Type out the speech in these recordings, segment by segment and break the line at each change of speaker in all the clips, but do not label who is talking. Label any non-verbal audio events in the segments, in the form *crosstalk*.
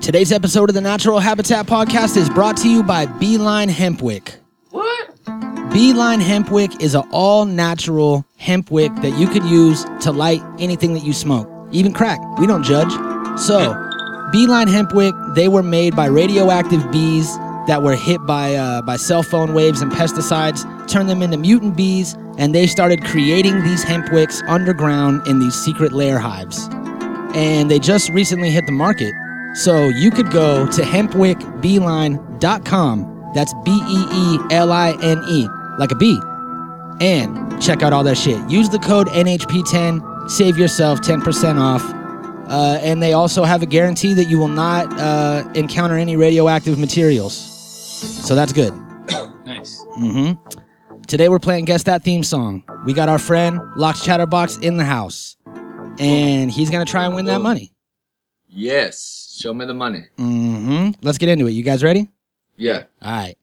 Today's episode of the Natural Habitat Podcast is brought to you by Beeline Hempwick.
What?
Beeline Hempwick is an all natural hemp wick that you could use to light anything that you smoke, even crack. We don't judge. So, Beeline Hempwick, they were made by radioactive bees that were hit by, uh, by cell phone waves and pesticides, turned them into mutant bees, and they started creating these hemp wicks underground in these secret lair hives and they just recently hit the market. So you could go to hempwickbeeline.com. That's B E E L I N E, like a bee. And check out all that shit. Use the code NHP10, save yourself 10% off. Uh, and they also have a guarantee that you will not uh, encounter any radioactive materials. So that's good. Mm-hmm.
Nice.
Today we're playing Guess That theme song. We got our friend Locks Chatterbox in the house. And he's going to try and win that money.
Yes. Show me the money.
hmm Let's get into it. You guys ready?
Yeah.
All right.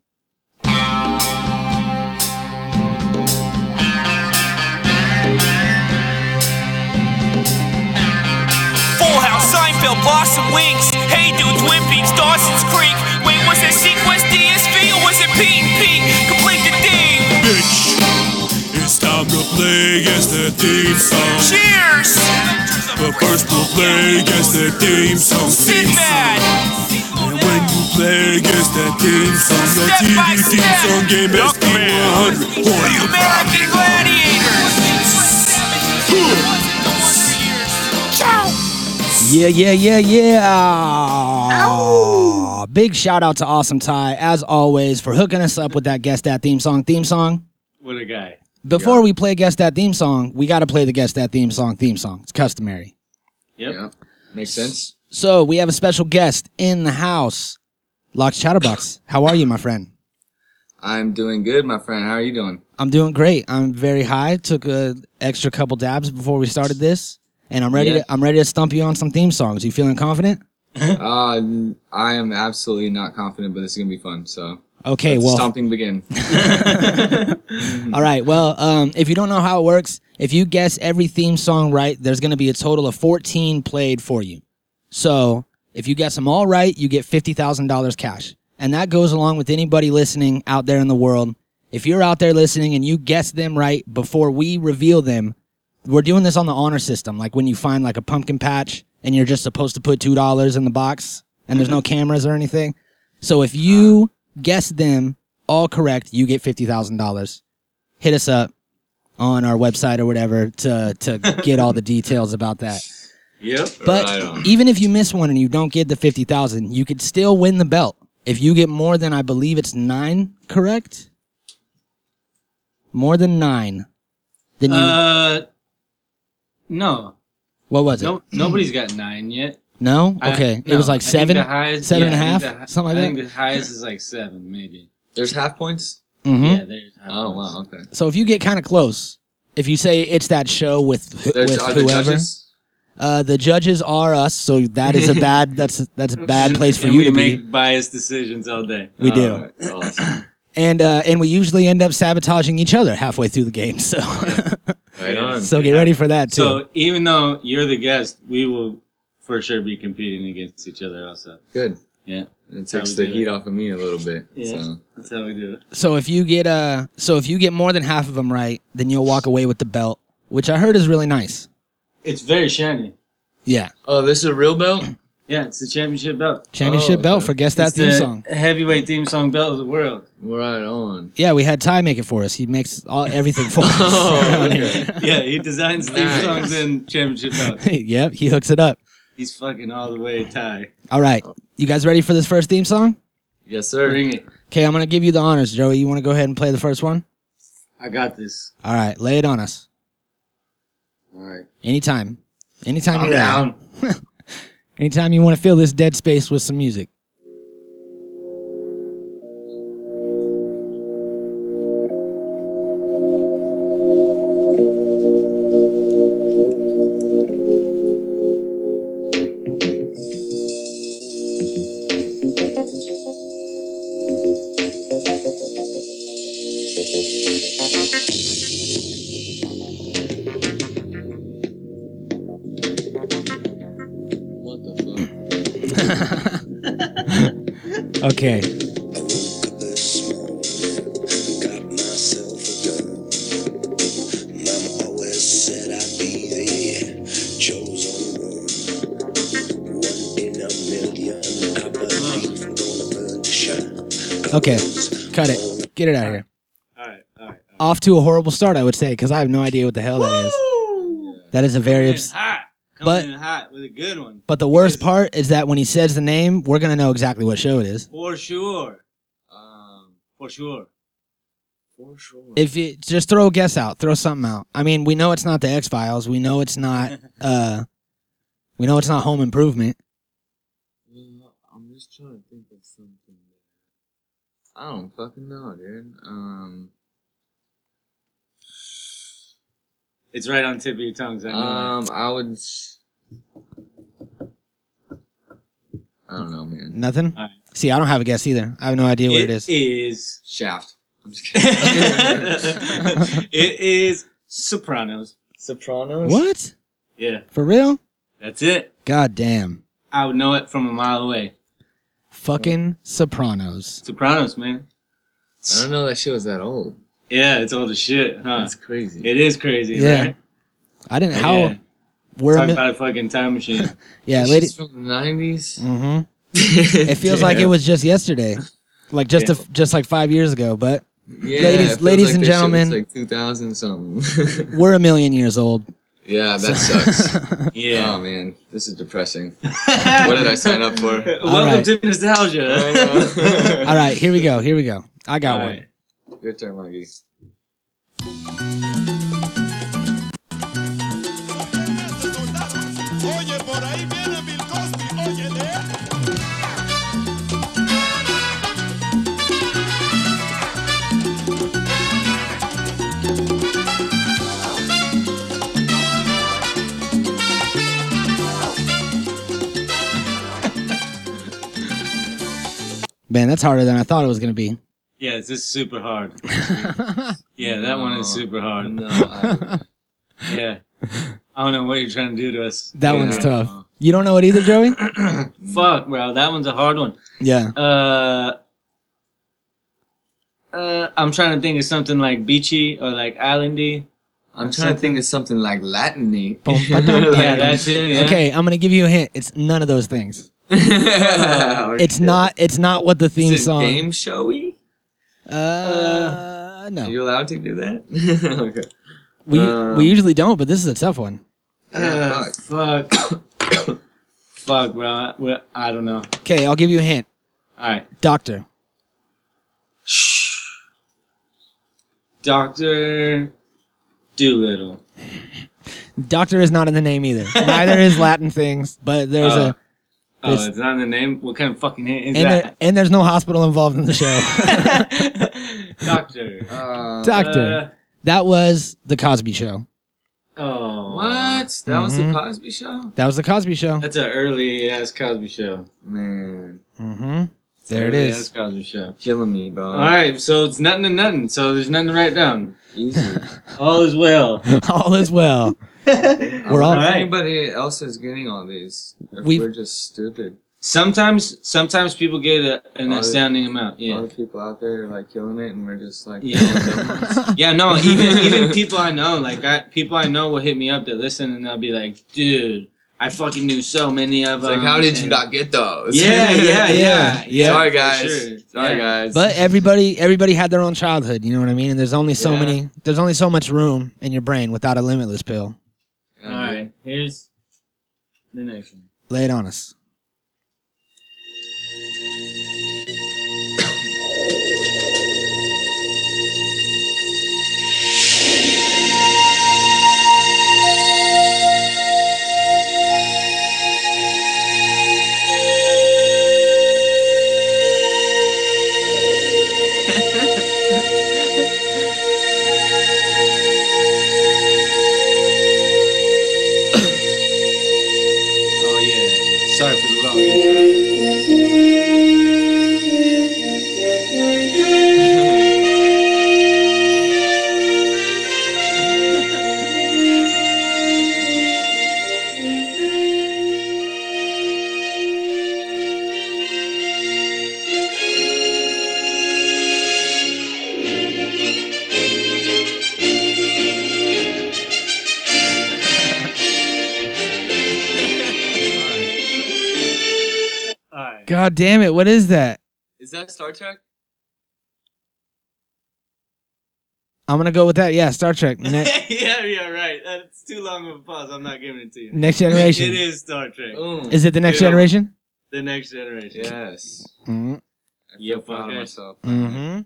Full House, Seinfeld, Blossom Wings. Hey Dude, Twin Peaks, Dawson's Creek. Wait, was that Sequence DSV or was it P&P? Complete the thing.
bitch. It's time to play against the theme song.
Cheers!
But first we'll play against the theme song.
Sit mad.
And when you play against the theme song, your
Step
TV
by
theme
step.
song game is 100. Boy, you
American Gladiators.
Yeah, yeah, yeah, yeah. Big shout out to Awesome Ty, as always, for hooking us up with that Guess That theme song. Theme song.
What a guy.
Before we play Guess That theme song, we got to play the Guess That theme song theme song. It's customary.
Yep. Makes sense.
So we have a special guest in the house. Locks Chatterbox. How are you, my friend?
I'm doing good, my friend. How are
*laughs*
you doing?
I'm doing great. I'm very high. Took a extra couple dabs before we started this, and I'm ready.
Yeah.
To, I'm ready to stump you on some theme songs. You feeling confident?
Uh, I am absolutely not confident, but this is gonna be fun. So
Okay.
let's
well,
stomping
*laughs*
begin.
All right. Well, um, if you don't know how it works, if you guess every theme song right, there's going to be a total of 14 played for you. So if you guess them all right, you get $50,000 cash. And that goes along with anybody listening out there in the world. If you're out there listening and you guess them right before we reveal them, we're doing this on the honor system. Like when you find like a pumpkin patch and you're just supposed to put $2 in the box and there's no cameras or anything. So if you guess them all correct, you get $50,000 hit us up on our website or whatever to to get all the details about
*laughs*
that.
Yep.
But
right on.
even if you miss one and you don't get the fifty thousand, you could still win the belt if you get more than I believe it's nine correct. More than nine, then you.
Uh, no,
what was it?
no, nobody's got nine yet.
No,
I-
okay, it
no,
was
I
like
think
seven,
the highest-
seven and a
yeah, I
half,
think the hi-
something
I
like
think
that.
the highest is like seven, maybe.
There's half points.
hmm
Yeah, there's.
Oh wow. Okay.
So if you get kind of close, if you say it's that show with
There's
with
are there
whoever,
judges.
Uh, the judges are us, so that
*laughs*
is a bad that's that's a bad place for
and
you
we
to
make
be.
biased decisions all day. Um,
We do,
All right, awesome.
and uh, and we usually end up sabotaging each other halfway through the game. So
*laughs*
*laughs*
Right on.
so get ready for that too.
So even though you're the guest, we will for sure be competing against each other. Also,
good.
yeah,
It takes
we
the
do
heat
it.
off of me a little bit.
Yeah.
So
that's how we do it.
So if you get uh, so if you get more than half of them right, then you'll walk away with the belt, which I heard is really nice.
It's very shiny.
Yeah,
oh, this is a real belt.
Yeah, it's the championship belt.
championship
Oh,
belt
okay.
for guess that
it's
theme
the
song.
Heavyweight theme song belt of
*laughs*
the world.
Right on.
Yeah, we had Ty make it for us. He makes all everything
*laughs*
for us. *laughs*
Oh,
around here.
yeah, he designs theme
Nice.
songs and championship
*laughs*
belts.
yep, he hooks it up.
He's fucking all the way Ty.
All right, you guys ready for this first theme song?
Yes, sir.
Bring it.
Okay, I'm gonna give you the honors, Joey. You want to go ahead and play the first one?
I got this.
All right, lay it on us.
All right.
Anytime, anytime
I'm
you're ready.
down.
Anytime you want to fill this dead space with some music.
What the fuck?
Okay. Okay. Cut it. Get it out of here.
All right, all right.
Off to a horrible start, I would say, because I have no idea what the hell that is. That is a very.
It's
Obs-
hot. Coming
But-
in hot with a good one.
but the worst part is that when he says the name, we're gonna know exactly what show it is.
For sure.
Um,
For sure.
for sure.
If you just throw a guess out, throw something out. I mean, we know it's not the X Files. We know it's *laughs* not. uh We know it's not Home Improvement.
Yeah, I'm just trying to think of something. I don't fucking know, dude. Um,
It's right on the tip of your tongues. I know.
Uh,
um, I would. s- I don't know, man.
Nothing.
Alright.
See, I don't have a guess either. I have no idea what it is. *laughs*
is.
Shaft. I'm just
*laughs*
kidding.
it is Sopranos.
Sopranos.
What?
Yeah,
For real?
that's it.
God damn.
I would know it from a mile away.
Fucking Sopranos.
Sopranos, man.
I don't know that shit was that old.
Yeah, it's all the shit, huh?
That's crazy.
It is crazy.
Yeah.
Right?
I didn't. How?
Yeah.
We're.
Talk
mi-
about a fucking time machine.
*laughs* yeah,
It's
lady.
from the 90s.
hmm It feels like it was just yesterday, like just a, just like five years ago. But
Yeah,
Ladies-
it feels
ladies and
that shit was
gentlemen.
like 2000 something. *laughs*
we're a million years old.
yeah,
*laughs*
that sucks. Oh
*laughs* Yeah.
man, this is
*laughs*
depressing. what did I sign up for?
Welcome
right.
to
*laughs*
nostalgia.
All right, here we go. Here we go. I got
All
one.
right.
Your turn, Mikey.
Oye, por ahí viene Bill Cosby, óyele.
Man, that's harder than I thought it was gonna be.
Yeah, this is
*laughs*
super hard. Yeah, that one is
No.
super hard.
No, I,
*laughs*
Yeah. I don't know what you're trying to do to us.
That one's
Yeah.
tough. You don't know it either, *laughs* Joey?
Fuck, bro. That one's a hard one.
Yeah.
Uh, uh, I'm trying to think of something like beachy or like islandy.
I'm trying to think of something like Latin-y. *laughs*
Boom, ba, dum,
Yeah, that's it. Yeah.
Okay, I'm gonna give you a hint. It's none of those things.
Like,
It's not. It's not what the theme
Is it
song.
game showy?
Uh,
Are
no.
you allowed to do that? *laughs* okay.
We
uh,
we usually don't, but this is a tough one.
Uh,
fuck.
fuck. *coughs* fuck, bro. I, well, I don't know.
Okay, I'll give you a hint.
All right.
Doctor.
Dr. Doolittle.
Doctor is not in the name
*laughs*
either. Neither is Latin things, but there's
Oh,
a
Oh,
It's-
it's not in the name? What kind of fucking hint is
and, there, and there's no hospital involved in the show.
that? Doctor.
Uh,
Doctor. that was the Cosby Show.
Uh, oh.
what? That was the Cosby Show?
That was the Cosby Show.
That's an early ass Cosby show.
Man,
Mm-hmm. There it
Early
is.
ass Cosby show.
killing me, bro.
All right, so it's nothing to nothing. So there's nothing to write down.
Easy.
All is well.
*laughs* all is well. We're
all
all-
right. Anybody else is getting all these? If
We've-
we're just stupid.
Sometimes, sometimes people get a, an
All-
astounding amount.
All
Yeah.
the people out there are like killing it, and we're just like, *laughs*
Yeah. Yeah, *laughs* no, even even people I know, like I, people I know will hit me up. They listen and they'll be like, "Dude, I fucking knew so many of
It's
them."
like, how did you
and-
not get those? *laughs*
Yeah, yeah, yeah, yeah.
Sorry,
for
guys.
sure.
Sorry,
Yeah.
guys.
But everybody, everybody had their own childhood. You know what I mean? And there's only so
Yeah.
many. There's only so much room in your brain without a limitless pill.
Yeah,
All right, here's the next one.
Lay it on us.
Oh yeah. Sorry for the long intro. Trek.
God damn it! What is that?
Is that Star Trek?
I'm gonna go with that. Yeah, Star Trek. Ne-
*laughs* yeah, yeah, right. That's too long of a pause. I'm not giving it to you.
Next Generation.
It is Star Trek.
Mm.
Is it the Next
Yeah.
Generation?
The Next Generation.
Yes.
Mm-hmm.
I
Yeah,
feel proud of
fucker.
myself.
Mm-hmm.
All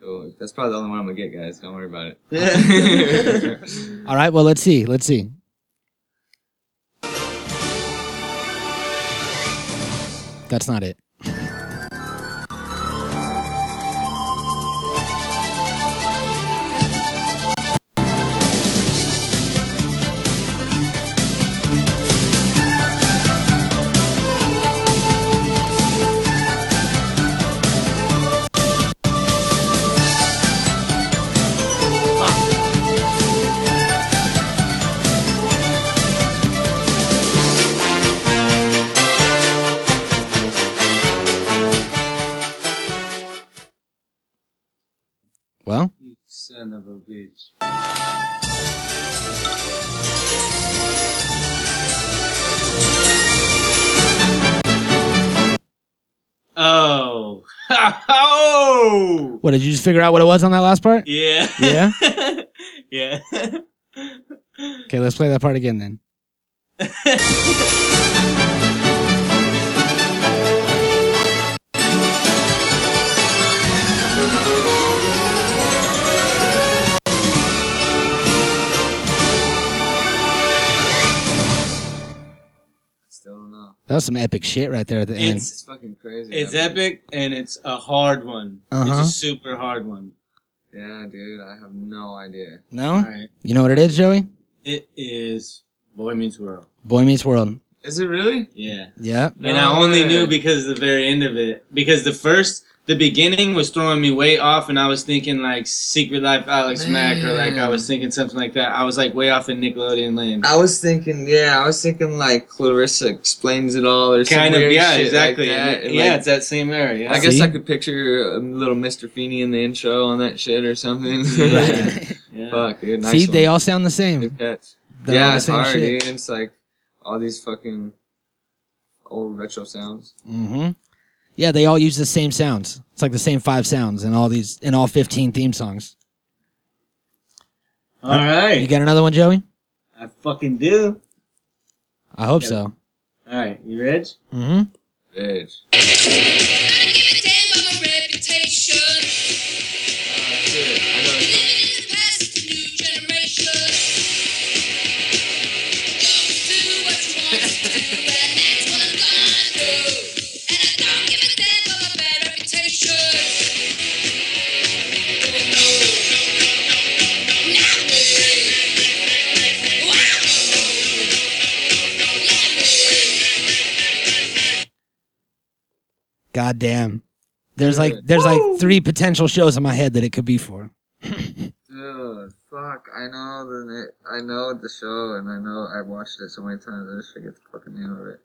Cool. That's probably the only one I'm gonna get, guys. Don't worry about
*laughs* Yeah.
it.
right. Well, let's see. Let's see.
That's not it. Well,
You son of a bitch. Oh. *laughs* oh.
what did you just figure out what it was on that last part?
Yeah.
Yeah?
*laughs* yeah.
Okay, let's play that part again then.
*laughs* Still don't know.
That was some epic shit right there at the end.
It's-
It's fucking crazy.
It's
I mean,
epic and it's a hard one.
Uh-huh.
It's a super hard one.
Yeah, dude. I have no idea.
No?
Alright.
You know what it is, Joey?
It is Boy Meets World.
Boy Meets World.
Is it really?
Yeah.
Yeah.
*laughs*
and
No
I only
way.
knew because the very end of it. Because the first, the beginning was throwing me way off, and I was thinking like Secret Life Alex Mack, or like I was thinking something like that. I was like way off in Nickelodeon land.
I was thinking, yeah, I was thinking like Clarissa explains it all or
Kind
some
of,
weird
yeah,
shit like
exactly.
that,
And-
and,
yeah,
like,
it's that same area.
I
yeah.
guess I
See?
could picture a little Mr. Feeny in the intro on that shit or
*laughs*
something.
Yeah. Yeah.
Fuck, dude. Nice
See,
one.
they all sound the same.
Good catch.
They're all
yeah,
the
it's
same
hard,
shit.
dude. It's like all these fucking old retro sounds.
Mm-hmm. Yeah, they all use the same sounds. It's like the same five sounds in all these in all fifteen theme songs.
All
You
right,
got another one, Joey?
I fucking do.
I hope
Yeah.
so.
All right, you ready?
Mm-hmm.
Bitch.
God damn. There's like there's like three potential shows in my head that it could be for.
Dude, fuck. I know the na- I know the show and I know I've watched it so many times I just forget the fucking name of it.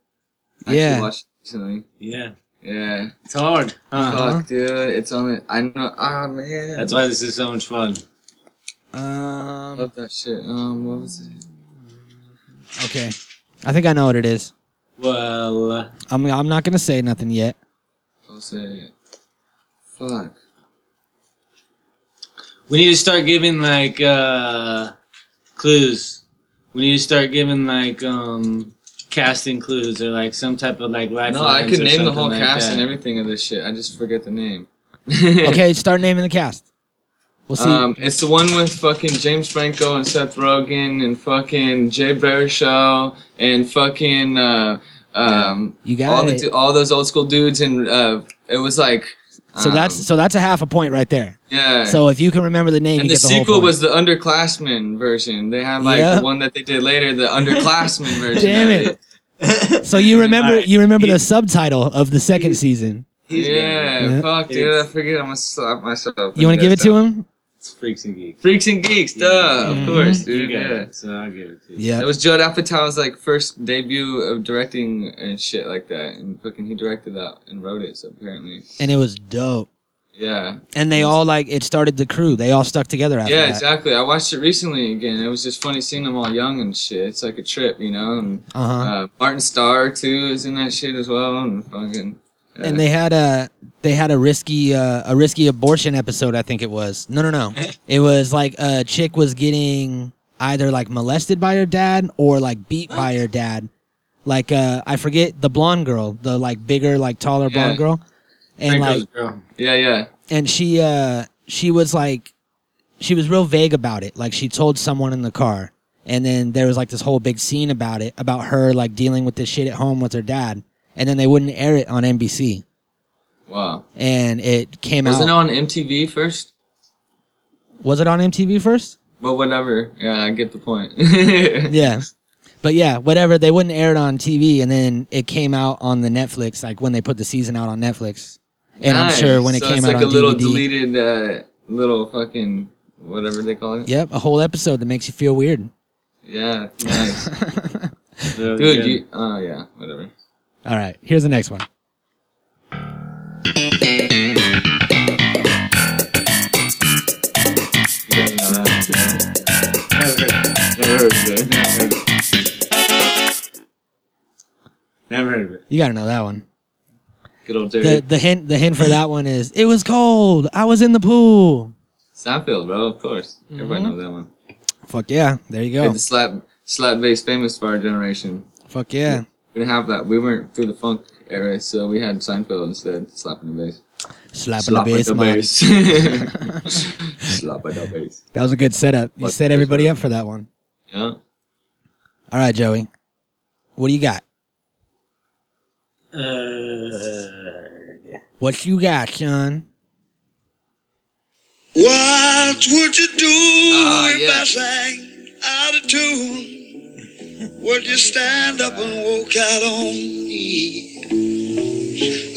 I actually
Yeah.
watched it recently.
Yeah,
Yeah.
it's hard.
Uh-huh.
Fuck, dude. It's on it. I know. Oh, man.
That's why this is so much fun.
I
Um,
love that shit. Um, what was it?
okay. I think I know what it is.
Well, uh,
I'm I'm not gonna say nothing yet.
What was it? Fuck.
we need to start giving like uh clues. We need to start giving like um casting clues or like some type of like life.
No, I
lines
could
or
name the
something
whole
like
cast
that.
and everything of this shit. I just forget the name. *laughs*
Okay, start naming the cast. We'll see.
Um, it's the one with fucking James Franco and Seth Rogen and fucking Jay Baruchel and fucking uh, um,
you
all
got
the
it.
du- all those old school dudes and uh, it was like.
so
um,
that's so that's a half a point right there.
yeah.
So if you can remember the name,
and
you
the
get the whole
sequel
point.
was the underclassmen version. They had like
Yeah.
the one that they did
*laughs*
later, the underclassmen version.
Damn
of
it. so you remember
Alright.
you remember the subtitle of the second season.
Yeah,
Yeah.
fuck, dude.
It's-
I forget. I'm gonna slap myself.
You want to give it to him?
It's freaks and geeks.
Freaks and Geeks, duh,
Mhm.
of course, dude.
You got
Yeah.
it, so I'll give it to you.
Yeah.
That was Judd Apatow's like first debut of directing and shit like that, and fucking he directed that and wrote it. So apparently,
And it was dope.
Yeah.
and they all like it started the crew. They all stuck together after
Yeah,
that.
exactly. I watched it recently again. It was just funny seeing them all young and shit. It's like a trip, you know. And
Uh-huh.
uh, Martin Starr too is in that shit as well. And fucking. uh,
And they had a they had a risky uh, a risky abortion episode. I think it was. No, no, no. it was like a chick was getting either like molested by her dad or like beat by her dad. Like uh, I forget the blonde girl, the like bigger, like taller blonde
Yeah.
girl, and
Franco's
like
girl.
Yeah, yeah.
and she uh she was like she was real vague about it like she told someone in the car and then there was like this whole big scene about it about her like dealing with this shit at home with her dad and then they wouldn't air it on NBC
Wow.
and it came
Wasn't it
out
on MTV first?
was it on MTV first
But whatever. Yeah, I get the point. *laughs*
yeah but yeah whatever they wouldn't air it on TV and then it came out on the Netflix like when they put the season out on Netflix and I'm sure when it
so
came
it's
out
like
on
a little
DVD
deleted, uh, little fucking whatever they call it.
yep a whole episode that makes you feel weird *laughs*
Yeah. Nice.
Really
Dude,
good.
you. Oh yeah. Whatever.
all right here's the next one
You guys know that. Never
Never heard.
heard of it.
Never heard. Never heard of it.
you got to know that one
Good old Jerry
the the hint the hint for that one is it was cold. I was in the pool.
Seinfeld, bro. Of course, everybody knows that one.
Fuck Mm-hmm. yeah, there you
Hey,
go.
the slap slap bass famous for our generation.
Fuck yeah.
We didn't have that. We weren't through the funk era, so we had Seinfeld instead. Slapping the bass.
Slapping the
Slapping
bass, man.
bass. *laughs* Slapping the bass.
That was a good setup. You
Fuck
set
the
everybody
bass,
up for that one.
Yeah.
All right, Joey. What do you got?
Uh,
What you got, son?
What would you do
Ah,
if
yeah.
I sang out of tune? Would you stand up and walk out on me?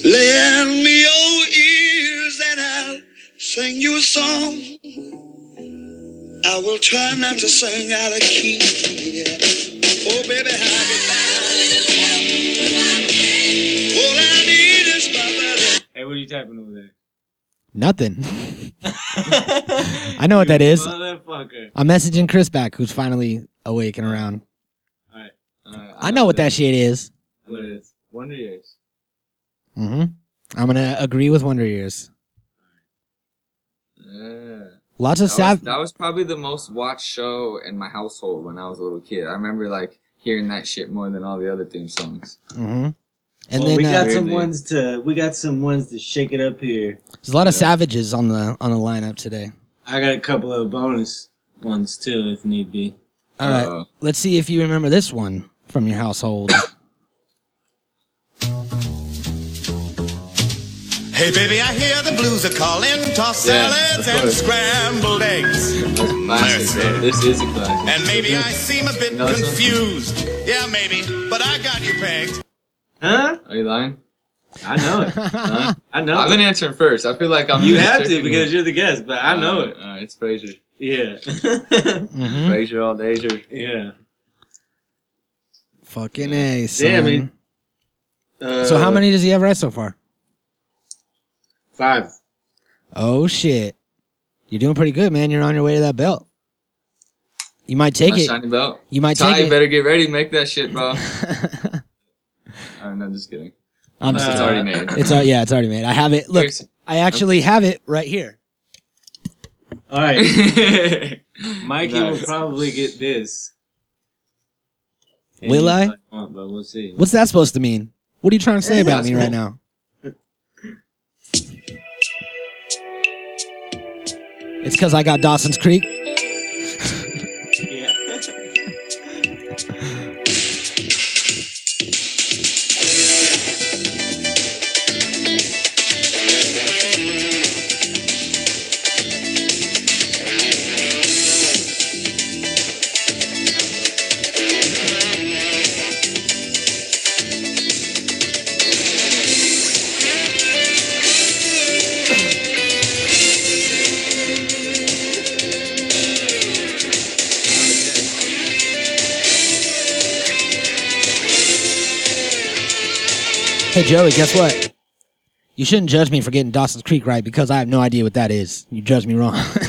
Lend me your ears and I'll sing you a song. I will try not to sing out of key. yeah. Oh, baby, how you All I need is my brother.
hey, what are you typing over there? *laughs*
Nothing. I know what that is.
Motherfucker.
I'm messaging Chris back, who's finally awake and around.
Uh,
I know what that shit is.
What it is. Wonder Years.
Mm-hmm. I'm gonna agree with Wonder Years.
Yeah.
Lots of
That was,
sav.
that was probably the most watched show in my household when I was a little kid. I remember like hearing that shit more than all the other theme songs.
Mm-hmm. And
well,
then
we
uh,
got some
Weirdly.
ones to we got some ones to shake it up here.
there's a lot of savages on the on the lineup today.
I got a couple of bonus ones too, if need be.
All right.
Uh,
Let's see if you remember this one from your
*coughs*
household.
Hey baby, I hear the blues are calling. Toss
Yeah,
salads
of
and
course.
scrambled eggs.
that's a classic, bro. This is a classic.
And maybe I seem a bit
No, it's not.
confused. Yeah, maybe, but I got you pegged.
Huh?
Are you lying?
I know it.
*laughs*
Huh?
I know
I've
it.
been answering first. I feel like I'm.
You have to
restricting
because
you.
you're the guest, but I know it.
Uh, it's Frasier.
*laughs* Yeah.
Mhm.
Frasier all day. Frasier.
yeah.
Fucking A. Son.
Damn it. Uh,
So how many does he have right so far?
Five.
Oh shit. You're doing pretty good, man. You're on your way to that belt. You might take
My
it.
shiny belt.
You might
Ty,
take
you
it.
better get ready. Make that
*laughs*
shit, bro. I'm not just kidding.
I'm just
Uh,
It's
kidding.
already made.
It's all, yeah, it's already made. I have it. Look,
Here's-
I actually have it right here.
All *laughs* right. Mikey will
Nice.
probably get this.
Will I?
Want, but we'll see.
What's that supposed to mean? What are you trying to say about me right now? It's because I got Dawson's Creek.
Yeah.
Hey Joey, guess what? You shouldn't judge me for getting Dawson's Creek right because I have no idea what that is. You judge me wrong.
*laughs*
*laughs*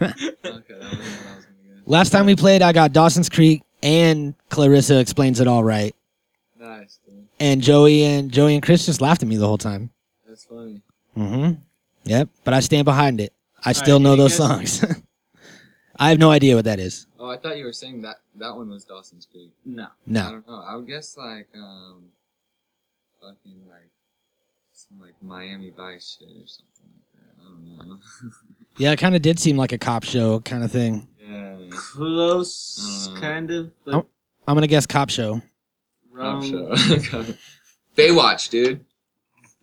Okay, that was what I was gonna get.
Last time we played, I got Dawson's Creek and Clarissa explains it all right.
Nice, dude.
And Joey and Joey and Chris just laughed at me the whole time.
That's funny.
Mm-hmm. Yep. But I stand behind it. I still
right,
know
you
those
guys-
songs. *laughs* I have no idea what that is.
Oh, I thought you were saying that that one was Dawson's Creek.
No.
I
No.
don't know. I would guess like um, fucking like some like Miami Vice shit or something like that. I don't know.
Yeah, it kind of did seem like a cop show kind of thing.
*laughs* yeah,
Close,
Mm.
kind of, but
Oh. I'm gonna guess cop show.
I'm
wrong.
sure. *laughs* Okay. Baywatch, *laughs* dude.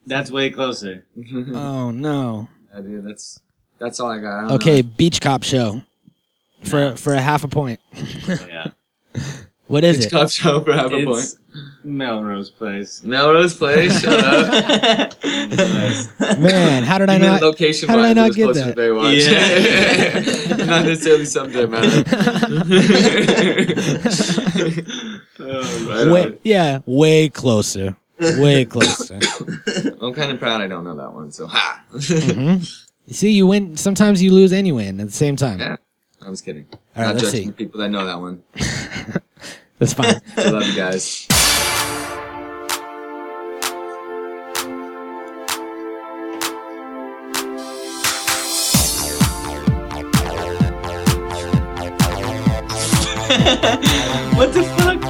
That's way closer.
yeah,
Oh no.
dude. That's that's all I got. I don't know.
Okay, beach cop show. For for a half a point. *laughs*
yeah.
What is *laughs*
It's
it?
Cop Show for half a point.
It's
*laughs*
Melrose Place. *laughs*
Melrose Place. *laughs* Shut up.
Man, how did I
*laughs* You mean
not?
location
how did I not
wise, it was
get
closer
that?
to Baywatch. *laughs*
Yeah.
Not necessarily
*laughs*
subject *laughs* matter.
Oh,
Right
Way, yeah, way closer. Way closer.
on. *laughs* I'm kind of proud I don't know that one. So ha.
Mhm. You see, you win. Sometimes you lose and you win at the same time.
*laughs* Yeah. I was kidding.
All right,
Not
let's
judging
see.
the people that know that one.
That's fine.
*laughs* I love
*laughs*
you guys.
what the fuck?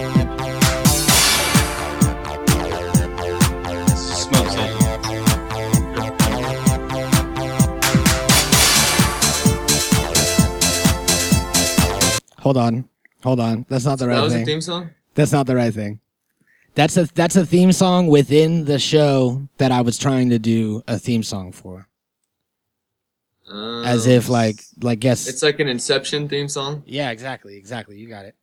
Smokes it.
Hold on. Hold on. That's not the
that
right
was
thing.
a theme song.
That's not the right thing. That's a that's a theme song within the show that I was trying to do a theme song for.
Um,
As if like like guess
it's like an Inception theme song.
Yeah, exactly, exactly. You got it.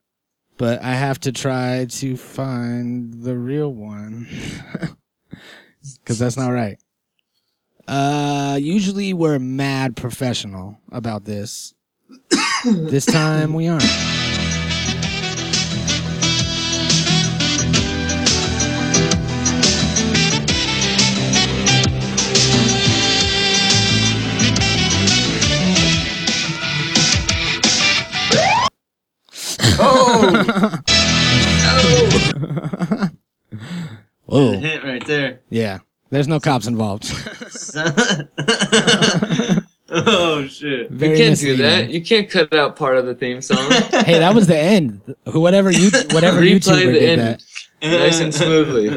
But I have to try to find the real one. *laughs* Cuz that's not right. Uh usually we're mad professional about this. *coughs* this time we aren't.
Oh,
*laughs*
The
Oh,
hint right there. *laughs*
yeah. There's no cops
*laughs*
involved.
oh
*laughs*
shit.
Very
you can't do
misleading.
that. You can't cut out part of the theme
*laughs*
song. *laughs*
Hey, that was the end. Who- Whatever you, whatever
Replay
YouTuber
the
did
end.
that.
Nice
*laughs*
and smoothly.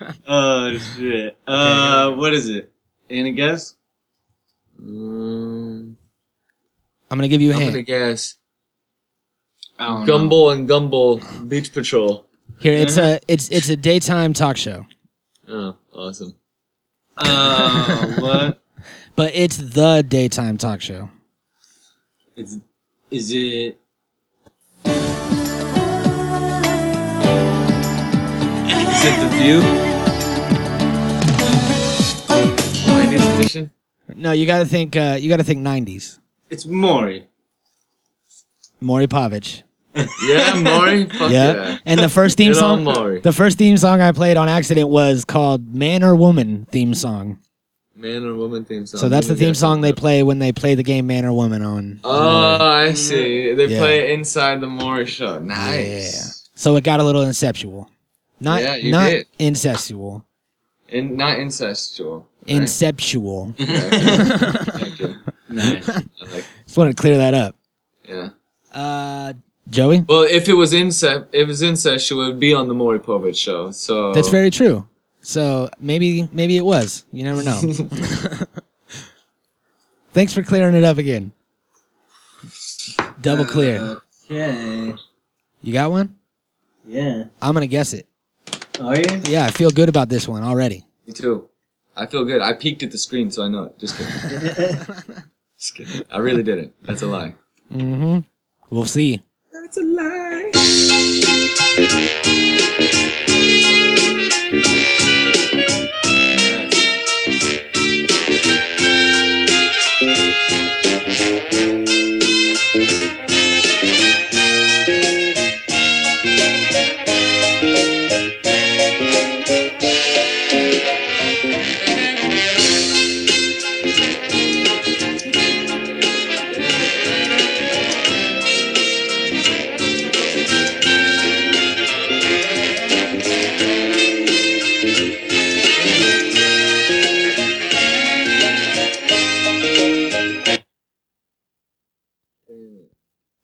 *laughs* oh shit. Uh, what is it? Any guess?
Um,
I'm gonna give you a
I'm
hint.
gonna guess
I don't know.
Gumble and Gumble Beach Patrol.
Here, it's
*laughs*
a, it's, it's a daytime talk show,
Oh, awesome.
Uh, what?
but it's the daytime talk show.
Is, is it? Is it the view?
*laughs*
Ladies edition.
No, you gotta think, uh, you gotta think '90s.
It's Maury.
Maury Povich.
Yeah, Maury. Fuck yeah.
And the first theme
*laughs* Good old
song,
Maury.
the first theme song I played on accident was called "Man or Woman" theme song.
Man or woman theme song.
So that's the
Let me
theme
guess.
song they play when they play the game "Man or Woman" on.
Oh, I see. They
Yeah.
play inside the Maury show. Nice.
So it got a little inceptual, not
Yeah, you
not
did.
incestual,
And
*laughs*
not incestual. right?
inceptual.
Thank you.
Nice.
I like-
Just wanted to clear that up.
yeah.
Uh, Joey,
Well, if it was incest, if it was incest, it would be on the Maury Povich show. So
that's very true. So maybe maybe it was. You never
*laughs*
know. Thanks for clearing it up again. Double
Uh,
clear.
Okay.
You got one?
Yeah.
I'm gonna guess it.
Are you?
Yeah, I feel good about this one already.
Me too. I feel good. I peeked at the screen, so I know it. Just kidding. Just kidding. I really did it. That's a lie.
Mm-hmm. We'll see.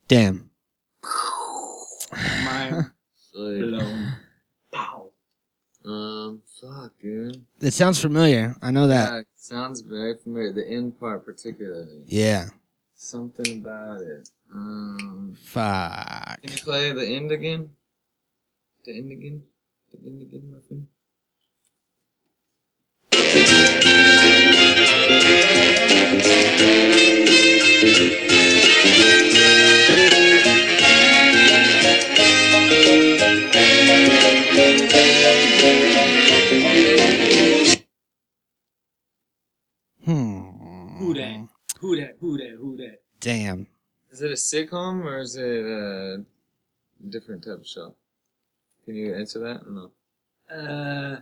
Damn.
Mind
Like,
blown.
um, fuck, dude.
It sounds familiar. I know that.
Yeah, it sounds very familiar. The end part, particularly.
Yeah.
Something about it. Um,
Fuck.
can you play the end again? The end again? The end again, my friend?
Hmm.
Who that? Who that? Who that? Who that?
Damn.
Is it a sitcom or is it a different type of show? Can you answer that? or No.
Uh,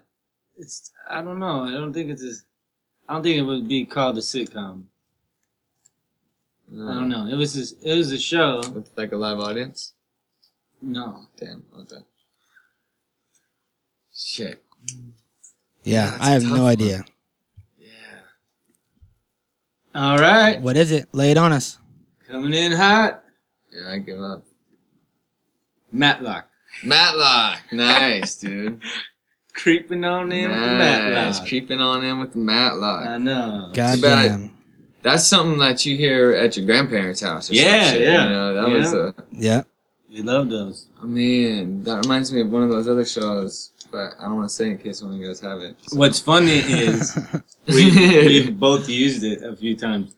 it's I don't know. I don't think it's. As, I don't think it would be called a sitcom.
no.
I don't know. It was just, it was a show.
With like a live audience?
No,
Damn, okay. Shit.
Yeah,
that's
I
a
have
tough
no
one.
idea.
Yeah.
All right,
What is it? Lay it on us.
coming in hot.
Yeah, I give up.
Matlock
Matlock! Nice, *laughs* dude.
creeping on in. with
nice.
Matlock.
Creeping on in with the
I
Matlock.
know.
God
Too bad.
damn.
That's something that you hear at your grandparents' house or some
Yeah,
shit,
yeah.
You know, that was
Yeah.
a.
Yeah.
We love those.
Oh, man, that reminds me of one of those other shows, but I don't want to say in case one of you guys have it.
What's funny is
*laughs*
we we've both used it a few times.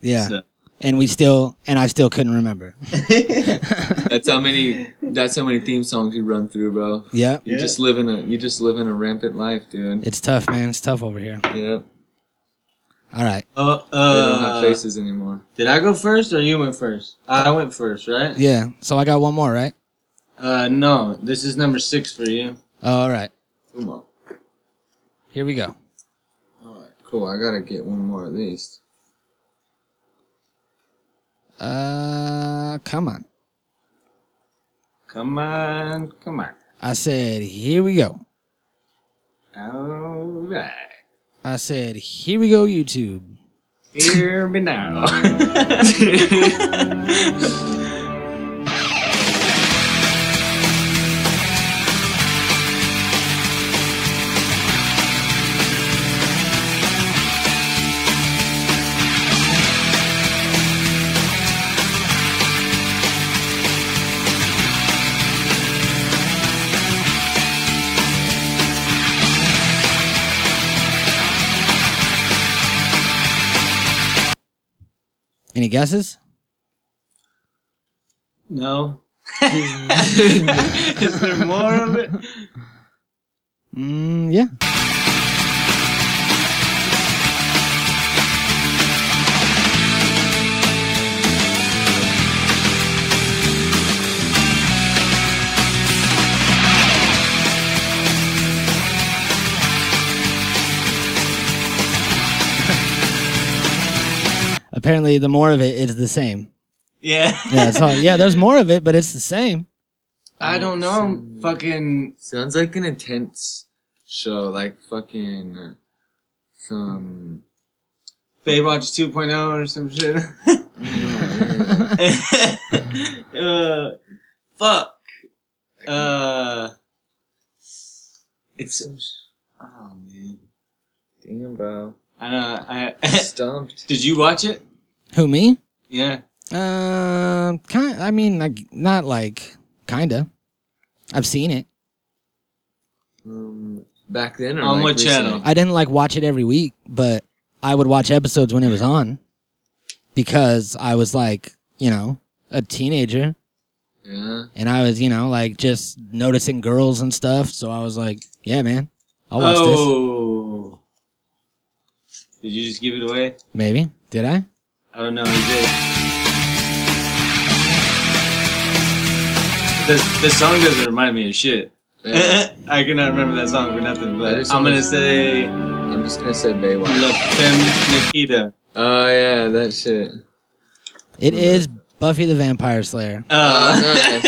Yeah.
So.
And we still and I still couldn't remember.
That's how many. That's how many theme songs you run through, bro.
Yeah.
You
Yeah.
just live in a. You just live in a rampant life, dude.
It's tough, man. It's tough over here.
Yeah.
All right.
Uh,
They don't have
uh,
faces anymore.
did I go first or you went first? I went first, right?
Yeah. So I got one more, right?
Uh, no, this is number six for you.
Oh, all right.
Come on.
Here we go.
All right. Cool. I gotta get one more at least.
Uh, come on.
Come on, come on.
I said, here we go.
All right.
I said, here we go, YouTube.
Hear
*laughs*
me now.
Any guesses? *laughs*
no. is there more of it?
Mm, yeah. *laughs* Apparently, the more of it is the same.
Yeah.
Yeah, it's all, yeah. There's more of it, but it's the same.
I don't know. I'm fucking.
Sounds like an intense show, like fucking uh, some.
Baywatch 2.0 or some shit. *laughs* uh, fuck. Uh, it's. Oh man.
Damn,
*laughs*
bro.
I know. I. *laughs*
Stumped.
did you watch it?
Who me?
Yeah.
Um, kind. I mean, like not like kinda. I've seen it.
Um, back then. Or
On
like
what channel?
recently?
I didn't like watch it every week, but I would watch episodes when it was on because I was like, you know, a teenager
Yeah.
and I was, you know, like just noticing girls and stuff. So I was like, yeah, man, I'll watch this.
Oh. Did you just give it away?
Maybe. Did I?
I don't know. He did. The, the song doesn't remind me of shit.
yeah.
I cannot remember that song for nothing,
I
but
just
I'm gonna
wanna-
say
I'm just gonna say
*laughs*
Baywatch.
La Femme
*laughs*
Nikita.
Oh yeah, that shit.
It is Buffy the Vampire Slayer.
Uh.
yeah.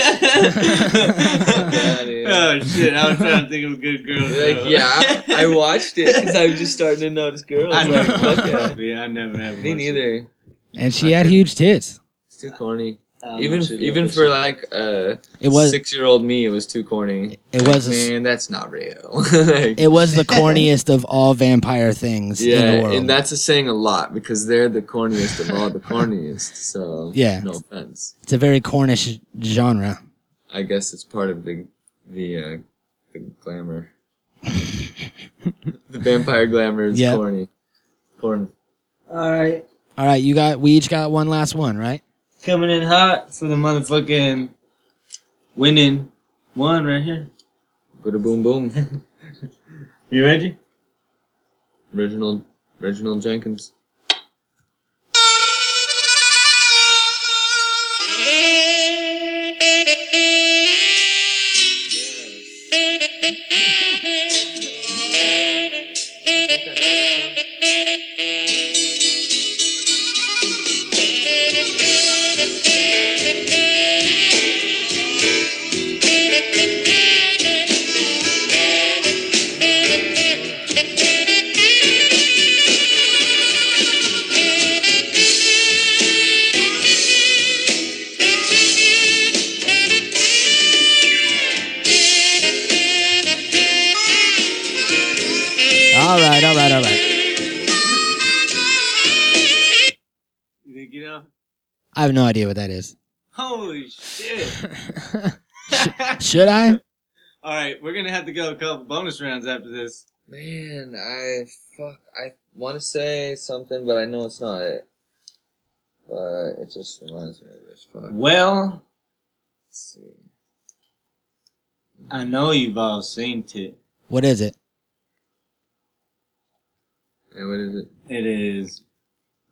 oh shit, I was trying to think of a good girl.
Like,
show.
yeah,
*laughs*
I, I watched it because I was just starting to notice girls.
I
like,
never
fuck
*laughs* watched
yeah.
Buffy. I never
*laughs*
have.
Me
watched it.
neither.
And she had huge tits.
It's too corny.
Um,
Even
shit,
even
yeah,
for
shit.
like uh,
It was
six year old me, it was too corny.
it was a,
Man, that's not real. *laughs* Like,
it was the corniest of all vampire things in the
yeah,
world.
and that's a saying a lot because they're the corniest of
*laughs*
all the corniest. So
Yeah.
no offense.
it's a very Cornish genre.
I guess it's part of the the uh, the
*laughs*
glamour. the vampire glamour is
Yeah.
corny. Corn.
All right,
All right, you got we each got one last one, right?
coming in hot for the motherfucking winning one right here.
Bada boom boom.
You ready?
Reginald Reginald Jenkins.
All right, all right, all right.
You think you know?
I have no idea what that is.
Holy shit! *laughs*
*laughs*
Should I?
All right, we're gonna have to go a couple bonus rounds after this.
Man, I fuck. I want to say something, but I know it's not it. But it just reminds me of this. Fuck. Let's
Well,
see.
I know you've all seen it.
What is it?
Hey, what is it?
It is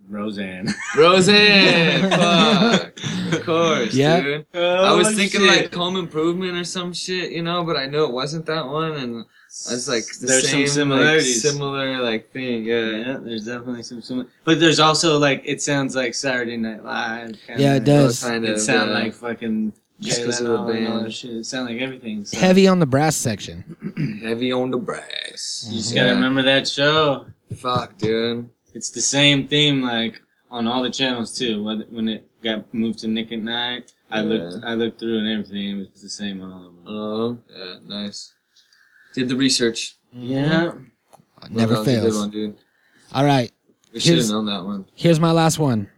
Roseanne. *laughs*
Roseanne. fuck. Of course,
Yeah.
dude. *laughs*
Oh,
I was thinking
shit.
like Home Improvement or some shit, you know, but I know it wasn't that one, and I was like, the
There's
same,
some similarities.
like, similar like thing, yeah.
yeah, there's definitely some similar, but there's also like it sounds like Saturday Night Live. kinda.
Yeah, it
Oh,
does.
kind
It
of,
sound
uh,
like fucking
just
Jay
'cause of the
Leno and all
band.
that shit. It sound like everything. So.
Heavy on the brass section.
heavy on the brass.
You just
Yeah.
gotta remember that show.
Fuck, dude.
It's the same theme like on all the channels too. Whether- When it got moved to Nick at Night, I looked, I looked through and everything. It was the same on all of them.
Oh, yeah, nice. Did the research.
Yeah.
Never
Well, that was a
fails.
good one, dude.
All right,
We should have
Here's-
known that one.
here's my last one.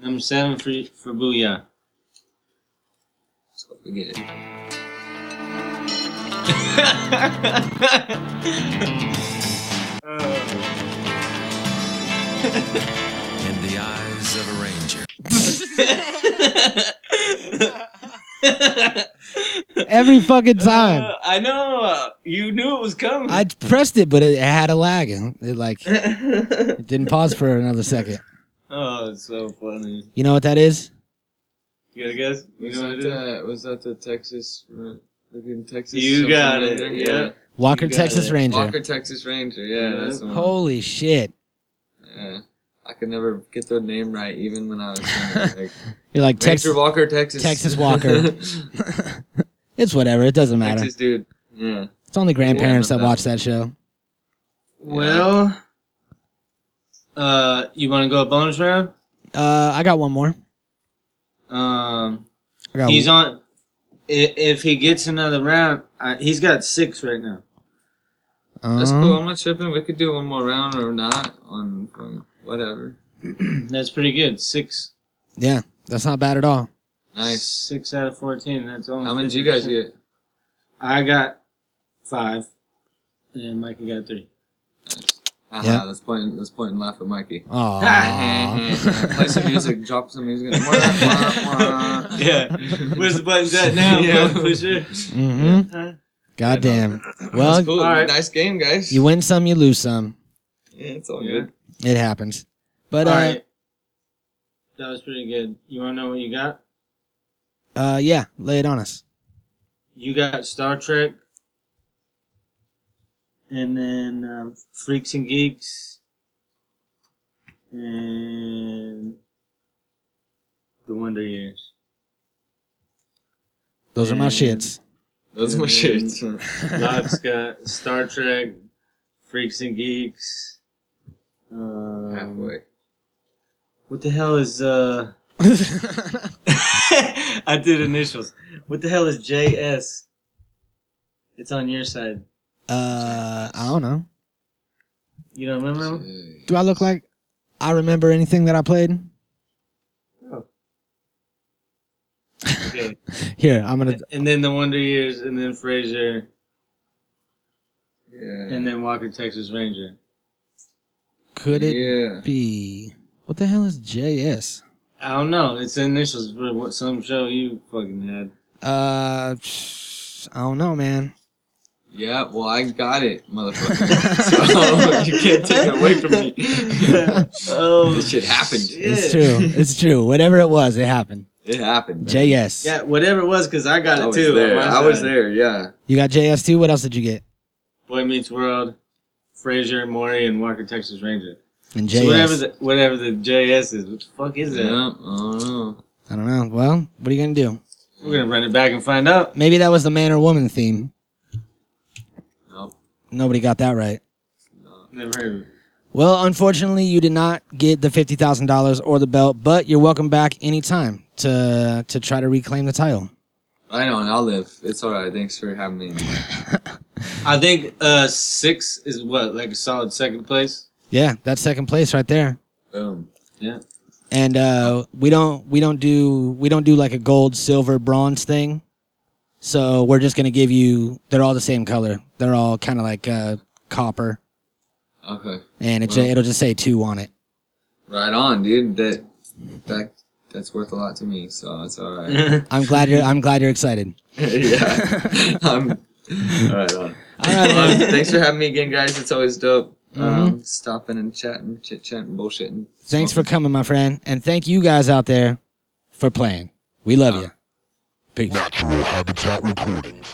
Number seven for for Booyah.
Let's hope we get it.
In the eyes of a ranger.
Every fucking time.
*laughs*
Uh, I know. uh, You knew it was coming.
I pressed it, but it had a lag. and It like it didn't pause for another second.
*laughs* oh, it's so funny.
You know what that is?
You gotta guess? You
Was
know what
that,
it is?
the, was that the Texas, uh, living Texas?
You
something
got
right
it,
there?
yeah.
Walker
got
Texas
it.
Ranger.
Walker, Texas Ranger, yeah,
Yeah.
that's the one.
Holy shit!
Yeah. I could never get the name right, even when I was
*laughs*
younger, like,
You're like
Texas
Texas.
Walker, Texas.
Texas
*laughs*
Walker. It's whatever. It doesn't matter.
Texas dude. Yeah.
It's only grandparents
Yeah,
that
no.
watch that show.
Well, uh, you wanna go a bonus round?
Uh, I got one more.
Um,
I got
he's
one.
on. i- If he gets another round, I, he's got six right now.
That's
Um,
cool. I'm not tripping. We could do one more round or not on, on whatever.
Hmm.
That's pretty good. Six.
Yeah, that's not bad at all.
Nice.
Six out of 14. That's almost.
How many did you guys
50%.
get?
I got five, and Mikey got three.
Haha,
Yeah.
let's point let's point and laugh at Mikey.
*laughs*
Aww.
*laughs* Play some music, drop some
*laughs*
music. Wah, wah, wah.
*laughs* Yeah. Where's the buttons at *laughs* now?
Yeah.
Pusher?
hmm
Huh?
Goddamn. Well,
That's cool.
all right.
Nice game, guys.
you win some, you lose some.
yeah, it's all
Yeah.
good.
It happens. But uh,
All right. That was pretty good. You want to know what you got?
uh, yeah, lay it on us.
You got Star Trek, and then um, Freaks and Geeks, and The
*laughs*
Wonder Years.
Those are my
Mm.
shits. *laughs*
Those are my
*laughs*
shirts.
Doc's got Star Trek, Freaks and Geeks. Um,
Halfway.
What the hell is uh? *laughs* I did initials. What the hell is JS? It's on your side.
Uh, I don't know.
You don't remember?
Do I look like I remember anything that I played?
Okay.
Here, I'm gonna.
And then the Wonder Years, and then Frasier,
Yeah.
and then Walker Texas Ranger.
Could it
yeah.
be? What the hell is JS?
I don't know. It's initials for what some show you fucking had.
Uh, psh, I don't know,
*laughs*
man.
Yeah, well, I got it,
*laughs*
motherfucker.
so
*laughs*
you can't take it away from me. oh,
this shit happened.
It's true. It's true. Whatever it was, it happened.
It happened.
JS.
Yeah, whatever it was, because I got
I
it
was
too. on
there.
my
I was
side.
there. Yeah.
You got JS too. What else did you get?
Boy Meets World, Frasier, Maury, and Walker Texas Ranger.
And JS.
So whatever the whatever the JS is, what the fuck is that?
Yeah. I don't know.
I don't know. Well, what are you gonna do?
We're gonna run it back and find out.
Maybe that was the man or woman theme.
Nope.
Nobody got that right.
Never heard of it.
Well, unfortunately, you did not get the fifty thousand dollars or the belt, but you're welcome back anytime to to try to reclaim the title.
I know, and I'll live. It's all right. Thanks for having me.
I think uh six is what like a solid second place.
Yeah, that's second place right there.
Boom.
And uh, we don't we don't do we don't do like a gold, silver, bronze thing. So we're just gonna give you. They're all the same color. They're all kind of like uh, copper,
Okay.
and it
Wow.
it'll just say two on it.
Right on, dude. That that that's worth a lot to me. So it's all right.
I'm glad you're I'm glad you're excited.
yeah. I'm, all right on.
All right,
Um,
man.
thanks for having me again, guys. It's always dope. Um, stopping and chatting, chit chatting, bullshitting.
Thanks for coming, my friend, and thank you guys out there for playing. We love you. Peace.
Natural Habitat Recordings.